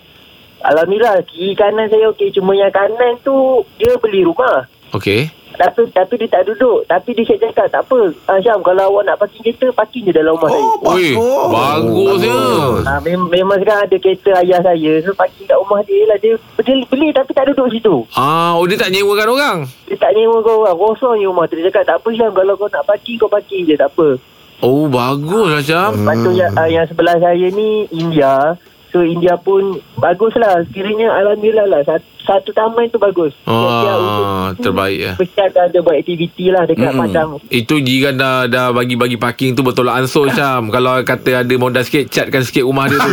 [SPEAKER 9] Alhamdulillah kiri kanan saya okey cuma yang kanan tu dia beli rumah.
[SPEAKER 3] Okey.
[SPEAKER 9] Tapi tapi dia tak duduk. Tapi dia siap cakap tak apa. Ah, Syam kalau awak nak parking kereta parking je dalam
[SPEAKER 2] Oh.
[SPEAKER 9] rumah saya.
[SPEAKER 3] Ui, bagus ya.
[SPEAKER 9] Ah, mem- memang sekarang ada kereta ayah saya. So parking kat rumah dia lah. Dia, dia beli tapi tak duduk situ.
[SPEAKER 3] Ah, oh dia tak nyewakan orang.
[SPEAKER 9] Dia tak nyewa kau orang. Kosong je rumah tu. Dia cakap tak apa Syam kalau kau nak parking kau parking je tak apa.
[SPEAKER 3] Oh, bagus lah Syam.
[SPEAKER 9] Lepas tu yang, ah, yang sebelah saya ni India. So India pun bagus lah. Kiranya Alhamdulillah lah. Satu, satu taman tu bagus. Siap-siap untuk-
[SPEAKER 3] Ah, terbaik ya.
[SPEAKER 9] Pesian dah ada buat aktiviti lah dekat
[SPEAKER 2] Mm-mm.
[SPEAKER 9] mm. padang.
[SPEAKER 3] Itu jiran dah dah bagi-bagi parking tu betul lah ansur Syam. Kalau kata ada modal sikit, catkan sikit rumah dia tu.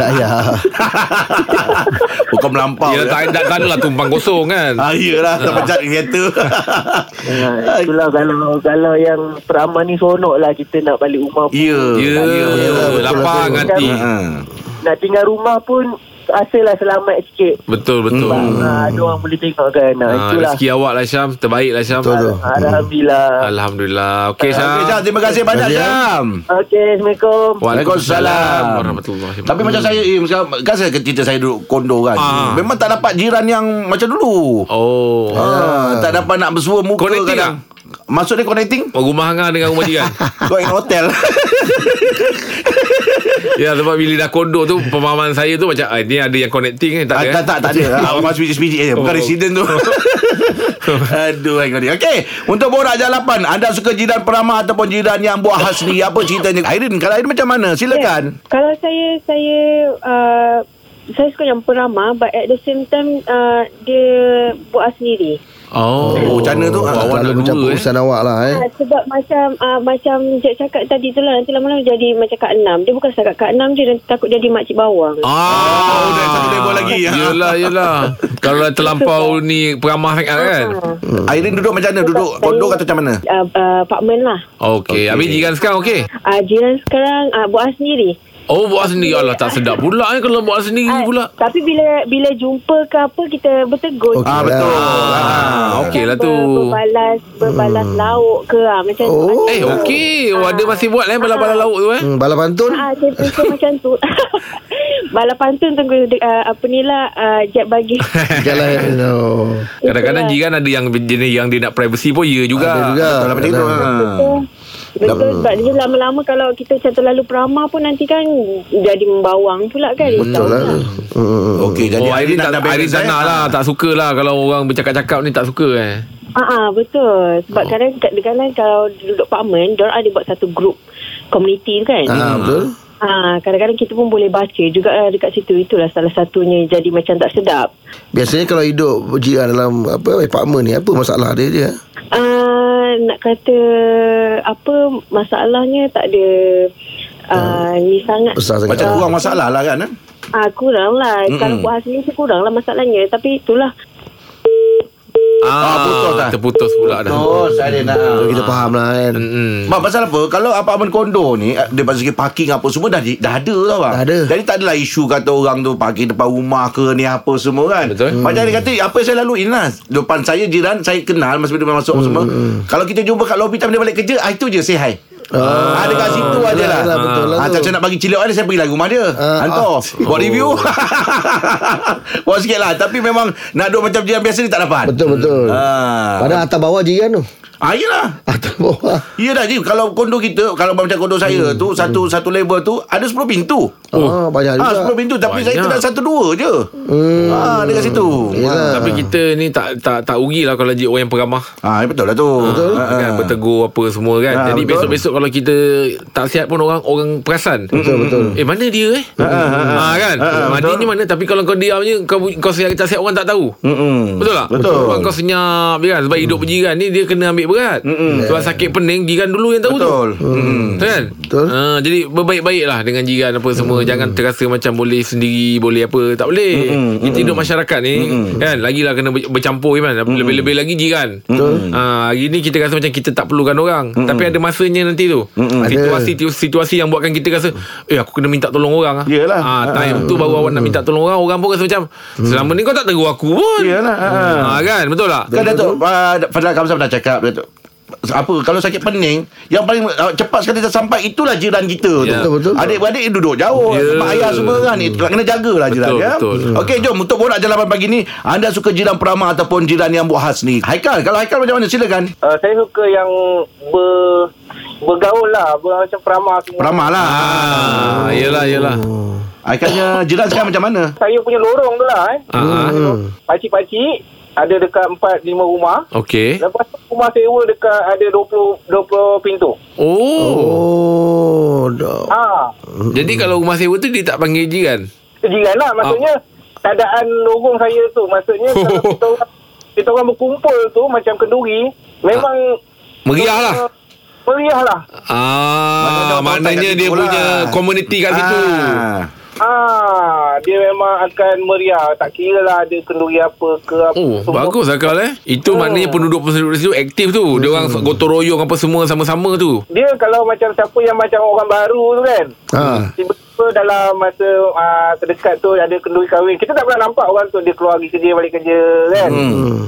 [SPEAKER 4] Saya
[SPEAKER 2] Bukan melampau ya.
[SPEAKER 3] Yelah, tak, tak, tak adalah tumpang kosong kan.
[SPEAKER 2] Ah, yelah Tak pecat kereta
[SPEAKER 9] Ha, itulah kalau kalau yang peramal ni sonok lah kita nak balik rumah pun.
[SPEAKER 2] Ya
[SPEAKER 3] Ya,
[SPEAKER 4] betul,
[SPEAKER 3] lapang
[SPEAKER 9] betul.
[SPEAKER 3] hati.
[SPEAKER 2] Ha.
[SPEAKER 9] Nak tinggal rumah pun rasalah selamat sikit.
[SPEAKER 3] Betul, betul.
[SPEAKER 9] Hmm. Ha, ada orang boleh tengok kan.
[SPEAKER 8] Ya,
[SPEAKER 9] Ha,
[SPEAKER 3] Ah,
[SPEAKER 9] itulah.
[SPEAKER 3] rezeki awak lah Syam. Terbaik lah Syam.
[SPEAKER 4] Betul tu.
[SPEAKER 9] Alhamdulillah.
[SPEAKER 3] Alhamdulillah. Okey
[SPEAKER 2] Eh, Okey Syam
[SPEAKER 3] Syam.
[SPEAKER 2] terima kasih banyak Syam
[SPEAKER 9] Okey, Assalamualaikum.
[SPEAKER 2] Waalaikumsalam.
[SPEAKER 3] Warahmatullahi
[SPEAKER 2] Tapi macam saya Im sekarang kan saya cerita saya duduk kondo kan.
[SPEAKER 3] Ah.
[SPEAKER 2] Memang tak dapat jiran yang macam dulu.
[SPEAKER 3] Oh.
[SPEAKER 2] Ah, tak dapat nak bersua muka
[SPEAKER 3] Connecting lah.
[SPEAKER 2] kadang. Maksud dia connecting?
[SPEAKER 3] Oh, Rumah hangar dengan rumah jiran.
[SPEAKER 2] Kau in hotel.
[SPEAKER 3] Ya sebab bila dah kondo tu Pemahaman saya tu macam ah, Ni ada yang connecting ni Tak
[SPEAKER 2] Ah,
[SPEAKER 3] ada kan?
[SPEAKER 2] tak, tak, tak ada. Ah, Orang sebiji-sebiji je. Bukan
[SPEAKER 3] Oh.
[SPEAKER 2] resident tu. Aduh, hai kau ni. Okey, untuk borak jalapan, anda suka jiran peramah ataupun jiran yang buat khas ni? Apa ceritanya? Airin, kalau Airin macam mana? Silakan.
[SPEAKER 10] Eh, Kalau saya saya uh, saya suka yang peramah but at the same time uh, dia buat hal sendiri.
[SPEAKER 3] Oh,
[SPEAKER 2] Oh, macam mana tu?
[SPEAKER 3] Awak
[SPEAKER 2] Ah,
[SPEAKER 3] nak
[SPEAKER 4] Terlalu
[SPEAKER 3] dua
[SPEAKER 4] mencampur
[SPEAKER 3] eh
[SPEAKER 4] urusan awak lah eh
[SPEAKER 10] Ha, sebab macam uh, macam Jack cakap tadi tu lah nanti lama-lama jadi macam Kak Enam. Dia bukan setakat Kak Enam je nanti takut jadi makcik bawang.
[SPEAKER 3] Ah,
[SPEAKER 2] Oh, dah satu level lagi.
[SPEAKER 3] Yelah, yelah Kalau dah terlampau ni Peramah sangat kan
[SPEAKER 2] Airin duduk macam mana? Duduk kondo atau macam mana?
[SPEAKER 10] Uh, uh, apartment lah.
[SPEAKER 3] Okey, habis jiran sekarang okey
[SPEAKER 10] Uh, jiran sekarang uh, buat hal sendiri.
[SPEAKER 3] Oh, buat sendiri Alah, tak sedap pula eh Kalau buat sendiri
[SPEAKER 10] Ah,
[SPEAKER 3] pula
[SPEAKER 10] Tapi bila bila jumpa ke apa kita
[SPEAKER 4] Okey.
[SPEAKER 10] bertegur.
[SPEAKER 2] Ah, betul. Ah,
[SPEAKER 3] Ah, okey lah
[SPEAKER 10] Ber-
[SPEAKER 3] tu
[SPEAKER 10] Berbalas berbalas hmm. lauk ke ah, macam tu.
[SPEAKER 4] Oh.
[SPEAKER 3] Eh, okey Oh, ada masih buat eh Bala-bala lauk tu eh
[SPEAKER 4] hmm, Balapan tu
[SPEAKER 10] Ah, saya fikir macam tu. Balapan tu tunggu uh, apa ni lah uh, Jack bagi.
[SPEAKER 4] Jalan oh.
[SPEAKER 3] Kadang-kadang jiran ada yang jenis yang dia nak privacy pun Ya juga
[SPEAKER 4] Ada juga
[SPEAKER 2] Kalau lah macam itu. ah.
[SPEAKER 10] Betul. Betul sebab dia lama-lama kalau kita macam terlalu peramah pun nanti kan jadi membawang pula kan.
[SPEAKER 4] Betul lah hmm.
[SPEAKER 2] Okey, jadi
[SPEAKER 3] Oh, Airin tak,
[SPEAKER 2] balance,
[SPEAKER 3] Airin tak
[SPEAKER 2] eh?
[SPEAKER 3] nak lah Tak suka lah Kalau orang bercakap-cakap ni tak suka eh
[SPEAKER 10] Ah, ah, betul. Sebab oh. kadang kadang kalau duduk apartment, diorang ada buat satu group community tu kan.
[SPEAKER 4] Ah, betul
[SPEAKER 10] Ah, kadang-kadang kita pun boleh baca juga lah dekat situ. Itulah salah satunya jadi macam tak sedap.
[SPEAKER 4] Biasanya kalau hidup berjiran dalam apa apartment ni apa masalah dia eh? dia?
[SPEAKER 10] Ah, nak kata apa masalahnya tak ada ah, ni sangat
[SPEAKER 4] Besar sangat.
[SPEAKER 2] Macam kurang masalah lah kan? eh?
[SPEAKER 10] ah kurang lah. Kalau buat hasil ni kurang lah masalahnya. Tapi itulah
[SPEAKER 2] Ah, putus dah.
[SPEAKER 3] Terputus pula dah.
[SPEAKER 2] Oh, saya nak.
[SPEAKER 4] So, kita faham lah kan
[SPEAKER 3] Mm-mm.
[SPEAKER 2] Hmm. Mak pasal apa Kalau apartmen kondo ni eh, Daripada segi parking apa semua Dah, di- dah ada tau bang
[SPEAKER 4] Dah ada.
[SPEAKER 2] Jadi tak adalah isu kata orang tu Parking depan rumah ke ni apa semua kan
[SPEAKER 3] Betul.
[SPEAKER 2] Macam
[SPEAKER 4] Hmm.
[SPEAKER 2] dia kata Apa yang saya lalui lah Depan saya jiran Saya kenal Masa bila masuk hmm. semua Kalau kita jumpa kat lobby Time dia balik kerja ah, Itu je say hi Ah, ada kat situ
[SPEAKER 4] Betul
[SPEAKER 2] aja
[SPEAKER 4] lah, betul
[SPEAKER 2] lah.
[SPEAKER 4] lah, betul lah
[SPEAKER 2] Ah,
[SPEAKER 4] tu.
[SPEAKER 2] tak macam nak bagi cilik ada saya pergi lagi rumah dia.
[SPEAKER 4] Ah,
[SPEAKER 2] Hantar buat review. Buat sikit lah Tapi memang nak duduk macam jiran biasa ni tak dapat.
[SPEAKER 4] Betul-betul
[SPEAKER 2] Ah.
[SPEAKER 4] Padahal atas bawah jiran tu
[SPEAKER 2] Ah, yelah.
[SPEAKER 4] Atas bawah
[SPEAKER 2] Ya dah Ji Kalau kondo kita Kalau macam kondo
[SPEAKER 4] Hmm.
[SPEAKER 2] saya tu Satu satu level tu Ada 10 pintu
[SPEAKER 4] Oh, banyak
[SPEAKER 2] Ah,
[SPEAKER 4] juga.
[SPEAKER 2] 10 pintu Tapi
[SPEAKER 3] Banyak.
[SPEAKER 2] saya tu dah satu dua je
[SPEAKER 4] Hmm.
[SPEAKER 2] Ah, dekat situ
[SPEAKER 4] Yelah.
[SPEAKER 3] Tapi kita ni tak tak tak ugilah kalau jadi orang yang peramah.
[SPEAKER 2] Ah, betul lah tu Betul
[SPEAKER 3] kan bertegur apa semua kan.
[SPEAKER 2] Ah,
[SPEAKER 3] Jadi
[SPEAKER 2] betul.
[SPEAKER 3] besok-besok kalau kita tak sihat pun orang orang perasan. Betul
[SPEAKER 4] betul.
[SPEAKER 3] Eh mana dia eh?
[SPEAKER 2] Ah,
[SPEAKER 3] Ha, kan? Matinya mana tapi kalau kau diam je kau kau sihat tak sihat orang tak tahu.
[SPEAKER 2] Mm-mm.
[SPEAKER 3] Betul tak?
[SPEAKER 2] Betul. Hmm.
[SPEAKER 3] Orang kau senyap je kan sebab hidup berjiran ni dia kena ambil berat. Sebab sakit pening jiran dulu yang tahu
[SPEAKER 2] Betul
[SPEAKER 3] tu.
[SPEAKER 4] Hmm.
[SPEAKER 2] Mm-mm.
[SPEAKER 3] Betul Hmm. kan?
[SPEAKER 4] Betul.
[SPEAKER 3] Ha, jadi berbaik-baiklah dengan jiran apa semua. Jangan terasa macam boleh sendiri, boleh apa. Tak boleh. Kita hidup masyarakat ni kan lagilah kena ber- bercampur kan. Lebih-lebih lagi jiran. Betul. Hmm. Ha, hari ni kita rasa macam kita tak perlukan orang. Tapi ada masanya nanti tu. Situasi situasi yang buatkan kita rasa eh aku kena minta tolong orang ah.
[SPEAKER 2] Yelah.
[SPEAKER 3] Ha, time tu baru awak nak minta tolong orang, orang pun rasa macam selama ni kau tak tegur aku pun.
[SPEAKER 2] Yelah, ha.
[SPEAKER 3] Ha, kan? Betul tak?
[SPEAKER 2] Kan Datuk ah, Fadlan Kamsah pernah cakap Datuk apa kalau sakit pening yang paling ah, cepat sekali dia sampai itulah jiran kita
[SPEAKER 3] Ya.
[SPEAKER 4] Betul,
[SPEAKER 2] tu
[SPEAKER 4] betul.
[SPEAKER 2] adik-beradik duduk jauh
[SPEAKER 3] Ya.
[SPEAKER 2] sebab ayah semua kan hmm. kena jagalah jiran
[SPEAKER 3] Betul,
[SPEAKER 2] ya
[SPEAKER 3] betul.
[SPEAKER 2] okey jom untuk borak jalan pagi ni anda suka jiran peramah ataupun jiran yang buat khas ni Haikal kalau Haikal macam mana silakan
[SPEAKER 8] Uh, saya suka yang ber, bergaul lah ber, Macam peramah semua
[SPEAKER 2] Peramah lah
[SPEAKER 3] Ah, yelah yelah.
[SPEAKER 4] Hmm.
[SPEAKER 2] Aikannya jiran sekarang macam mana?
[SPEAKER 8] Saya punya lorong tu lah eh.
[SPEAKER 3] Ah, ah.
[SPEAKER 9] Hmm.
[SPEAKER 8] Pakcik-pakcik Ada dekat 4-5 rumah
[SPEAKER 3] Okey.
[SPEAKER 8] Lepas tu rumah sewa dekat ada 20 20 pintu.
[SPEAKER 3] Oh.
[SPEAKER 4] Oh, dah.
[SPEAKER 8] Ha.
[SPEAKER 3] Jadi kalau rumah sewa tu dia tak panggil kan? jiran.
[SPEAKER 8] Jiran lah maksudnya
[SPEAKER 3] Ah.
[SPEAKER 8] keadaan lorong saya tu maksudnya kalau kita orang kita orang berkumpul tu macam kenduri memang
[SPEAKER 3] Meriah lah.
[SPEAKER 8] Meriah lah.
[SPEAKER 3] Ah, maknanya dia punya komuniti kat situ.
[SPEAKER 2] Ah.
[SPEAKER 8] Ah, dia memang akan meriah. Tak kira lah ada kenduri apa ke apa.
[SPEAKER 3] Oh, bagus akal eh. Itu maknanya penduduk-penduduk di situ aktif tu. Dia orang gotong royong apa semua sama-sama tu.
[SPEAKER 8] Dia kalau macam siapa yang macam orang baru tu kan.
[SPEAKER 4] Ha.
[SPEAKER 8] Tiba-tiba dalam masa uh, terdekat tu ada kenduri kahwin. Kita tak pernah nampak orang tu dia keluar pergi kerja balik kerja kan. Hmm.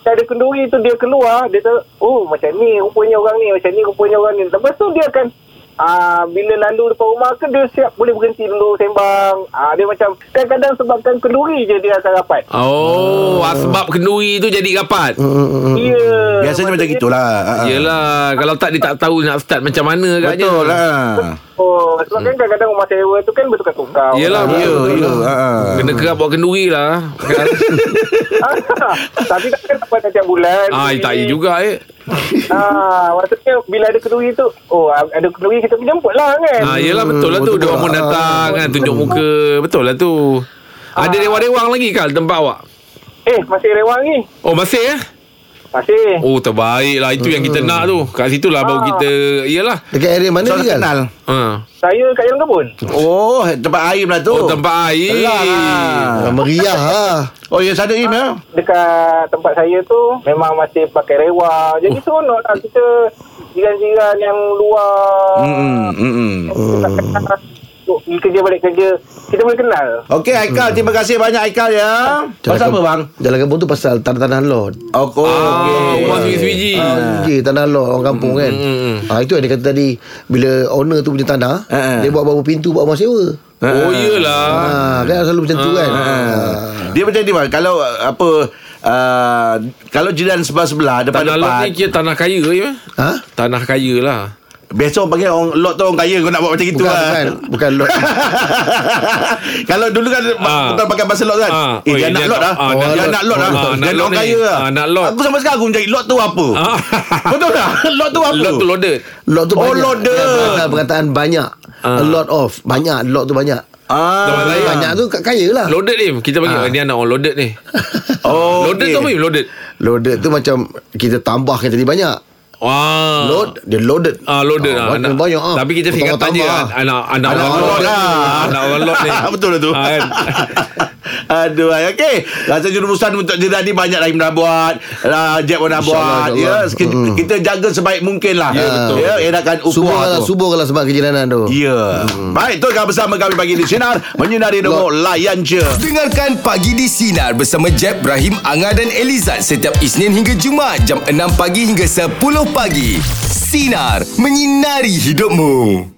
[SPEAKER 8] Ada kenduri tu dia keluar, dia tu oh macam ni rupanya orang ni, macam ni rupanya orang ni. Lepas tu dia akan Ah bila lalu depan rumah ke dia siap boleh berhenti dulu sembang. Ah dia macam kadang-kadang sebabkan kenduri je dia akan rapat.
[SPEAKER 3] Oh, asbab kenduri tu jadi rapat.
[SPEAKER 8] Hmm. Ya.
[SPEAKER 2] Biasanya
[SPEAKER 8] maksudnya-
[SPEAKER 2] macam gitulah. Ah, ah.
[SPEAKER 3] Yelah, kalau tak dia tak tahu nak start macam mana agaknya.
[SPEAKER 2] Betul lah.
[SPEAKER 3] Ah,
[SPEAKER 8] Oh, sebab kan kadang-kadang rumah sewa tu kan bertukar-tukar.
[SPEAKER 3] Yelah,
[SPEAKER 2] Ya,
[SPEAKER 3] betul.
[SPEAKER 2] ya. ah, ah.
[SPEAKER 3] Kena kerap buat kenduri lah. Kan?
[SPEAKER 8] Tapi takkan dapat tiap bulan.
[SPEAKER 3] ah, tak ya juga eh.
[SPEAKER 8] Ah, maksudnya bila ada kenduri tu, oh ada kenduri kita pun jemput lah kan.
[SPEAKER 3] Ah, yelah betul lah tu. Dia orang pun datang kan tunjuk muka. Betul lah tu. Ada rewang-rewang lagi kal tempat awak?
[SPEAKER 8] Eh, masih rewang ni.
[SPEAKER 3] Oh, masih eh?
[SPEAKER 8] Masih.
[SPEAKER 3] ya. Oh, terbaik lah. Itu yang kita nak tu. Kat situ lah baru kita... Yelah.
[SPEAKER 4] Dekat area mana
[SPEAKER 2] Soalan
[SPEAKER 4] ni kan?
[SPEAKER 2] kenal.
[SPEAKER 3] Ha.
[SPEAKER 8] Saya kat Jalan Kebun.
[SPEAKER 2] Oh, tempat Aim lah tu.
[SPEAKER 3] Oh, tempat air.
[SPEAKER 2] Lah.
[SPEAKER 4] Ah, meriah ha.
[SPEAKER 2] Oh, ya sana Aim ya.
[SPEAKER 8] Dekat tempat saya tu memang masih pakai rewang. Jadi
[SPEAKER 3] Oh.
[SPEAKER 8] seronok lah kita jiran-jiran yang luar.
[SPEAKER 2] Hmm, hmm, hmm.
[SPEAKER 8] yang Kita tak kenal. Duk Pergi kerja balik kerja. Kita boleh kenal.
[SPEAKER 2] Okey Aikal, terima kasih banyak Aikal ya. Pasal apa bang?
[SPEAKER 4] Jalan kampung tu pasal tanah-tanah lot.
[SPEAKER 2] Oh, oh,
[SPEAKER 3] Ah,
[SPEAKER 2] okey.
[SPEAKER 3] rumah sui-suiji.
[SPEAKER 4] Ah, je, tanah lot orang kampung kan. Ah itu yang dia kata tadi bila owner tu punya tanah,
[SPEAKER 2] Ah.
[SPEAKER 4] dia buat berapa pintu buat rumah sewa.
[SPEAKER 3] Oh, yelah.
[SPEAKER 4] Ah, kan selalu macam tu kan.
[SPEAKER 2] ha.
[SPEAKER 4] Ah.
[SPEAKER 2] ya. Dia macam ni bang, kalau uh, apa uh, kalau jiran
[SPEAKER 3] Tanah
[SPEAKER 2] sebelah-sebelah
[SPEAKER 3] lot ni
[SPEAKER 2] depan-depan
[SPEAKER 3] kira tanah kaya ke? ya?
[SPEAKER 4] Ha?
[SPEAKER 3] Tanah kaya lah.
[SPEAKER 2] Biasa orang panggil orang lot tu orang kaya kau nak buat macam gitu
[SPEAKER 4] Bukan,
[SPEAKER 2] lah.
[SPEAKER 4] bukan, bukan lot.
[SPEAKER 2] Kalau dulu kan
[SPEAKER 3] Ah.
[SPEAKER 2] Kita pakai pasal lot kan
[SPEAKER 3] Ah.
[SPEAKER 2] Eh
[SPEAKER 3] Oi,
[SPEAKER 2] dia nak
[SPEAKER 3] dia
[SPEAKER 2] lot
[SPEAKER 3] nak-
[SPEAKER 2] lah
[SPEAKER 3] ah, nak
[SPEAKER 2] Dia
[SPEAKER 3] lot.
[SPEAKER 2] nak lot lah
[SPEAKER 3] Ah, nak
[SPEAKER 2] Dia nak
[SPEAKER 3] lot
[SPEAKER 2] orang
[SPEAKER 3] ni.
[SPEAKER 2] kaya lah
[SPEAKER 3] Ah, nak lot.
[SPEAKER 2] Aku sampai sekarang aku mencari lot tu apa
[SPEAKER 3] Ah.
[SPEAKER 2] Betul tak? Lot tu apa?
[SPEAKER 3] Lot tu loaded.
[SPEAKER 4] Lot tu
[SPEAKER 2] Oh,
[SPEAKER 4] banyak.
[SPEAKER 2] lot dia.
[SPEAKER 4] Perkataan, perkataan banyak.
[SPEAKER 3] Ah.
[SPEAKER 4] A lot of. Banyak, lot tu banyak.
[SPEAKER 3] Tempat
[SPEAKER 2] Ah.
[SPEAKER 3] saya.
[SPEAKER 4] Banyak tu kat kaya lah.
[SPEAKER 3] Loaded ni. Kita panggil. Ni anak orang loaded ni.
[SPEAKER 2] Oh,
[SPEAKER 3] Loaded
[SPEAKER 2] okey.
[SPEAKER 3] tu apa? Im? Loaded.
[SPEAKER 4] Loaded tu macam kita tambahkan jadi banyak.
[SPEAKER 3] Wah.
[SPEAKER 4] Load, dia loaded.
[SPEAKER 3] Ah loaded ah. Anak-
[SPEAKER 4] banyak, banyak ah.
[SPEAKER 3] Tapi kita singkat
[SPEAKER 4] Tambah-tambah
[SPEAKER 3] tanya kan,
[SPEAKER 4] ah.
[SPEAKER 3] anak anak
[SPEAKER 2] Anak
[SPEAKER 3] orang
[SPEAKER 2] orang
[SPEAKER 3] lot
[SPEAKER 2] lot
[SPEAKER 3] ni.
[SPEAKER 2] lah.
[SPEAKER 3] Anak orang lot ni.
[SPEAKER 2] Betul lah tu.
[SPEAKER 3] Ah, kan?
[SPEAKER 2] Aduh, ay, okey. Rasa jurumustan untuk jeda ni banyak Rahim dah buat. Uh, Jeb pun dah buat. Ya, kita, kita jaga sebaik mungkin lah. Ya,
[SPEAKER 4] betul.
[SPEAKER 2] Ya, elakkan
[SPEAKER 4] Ah. Subuh
[SPEAKER 2] ukuah
[SPEAKER 4] lah
[SPEAKER 2] tu.
[SPEAKER 4] Subuh lah sebab kejalanan tu
[SPEAKER 2] Ya. Baik, tu kan bersama kami pagi di Sinar. Menyinari demo layan je.
[SPEAKER 1] Dengarkan Pagi di Sinar bersama Jeb, Ibrahim, Anga dan Elizad setiap Isnin hingga Jumaat jam 6 pagi hingga 10 pagi. Sinar. Menyinari hidupmu.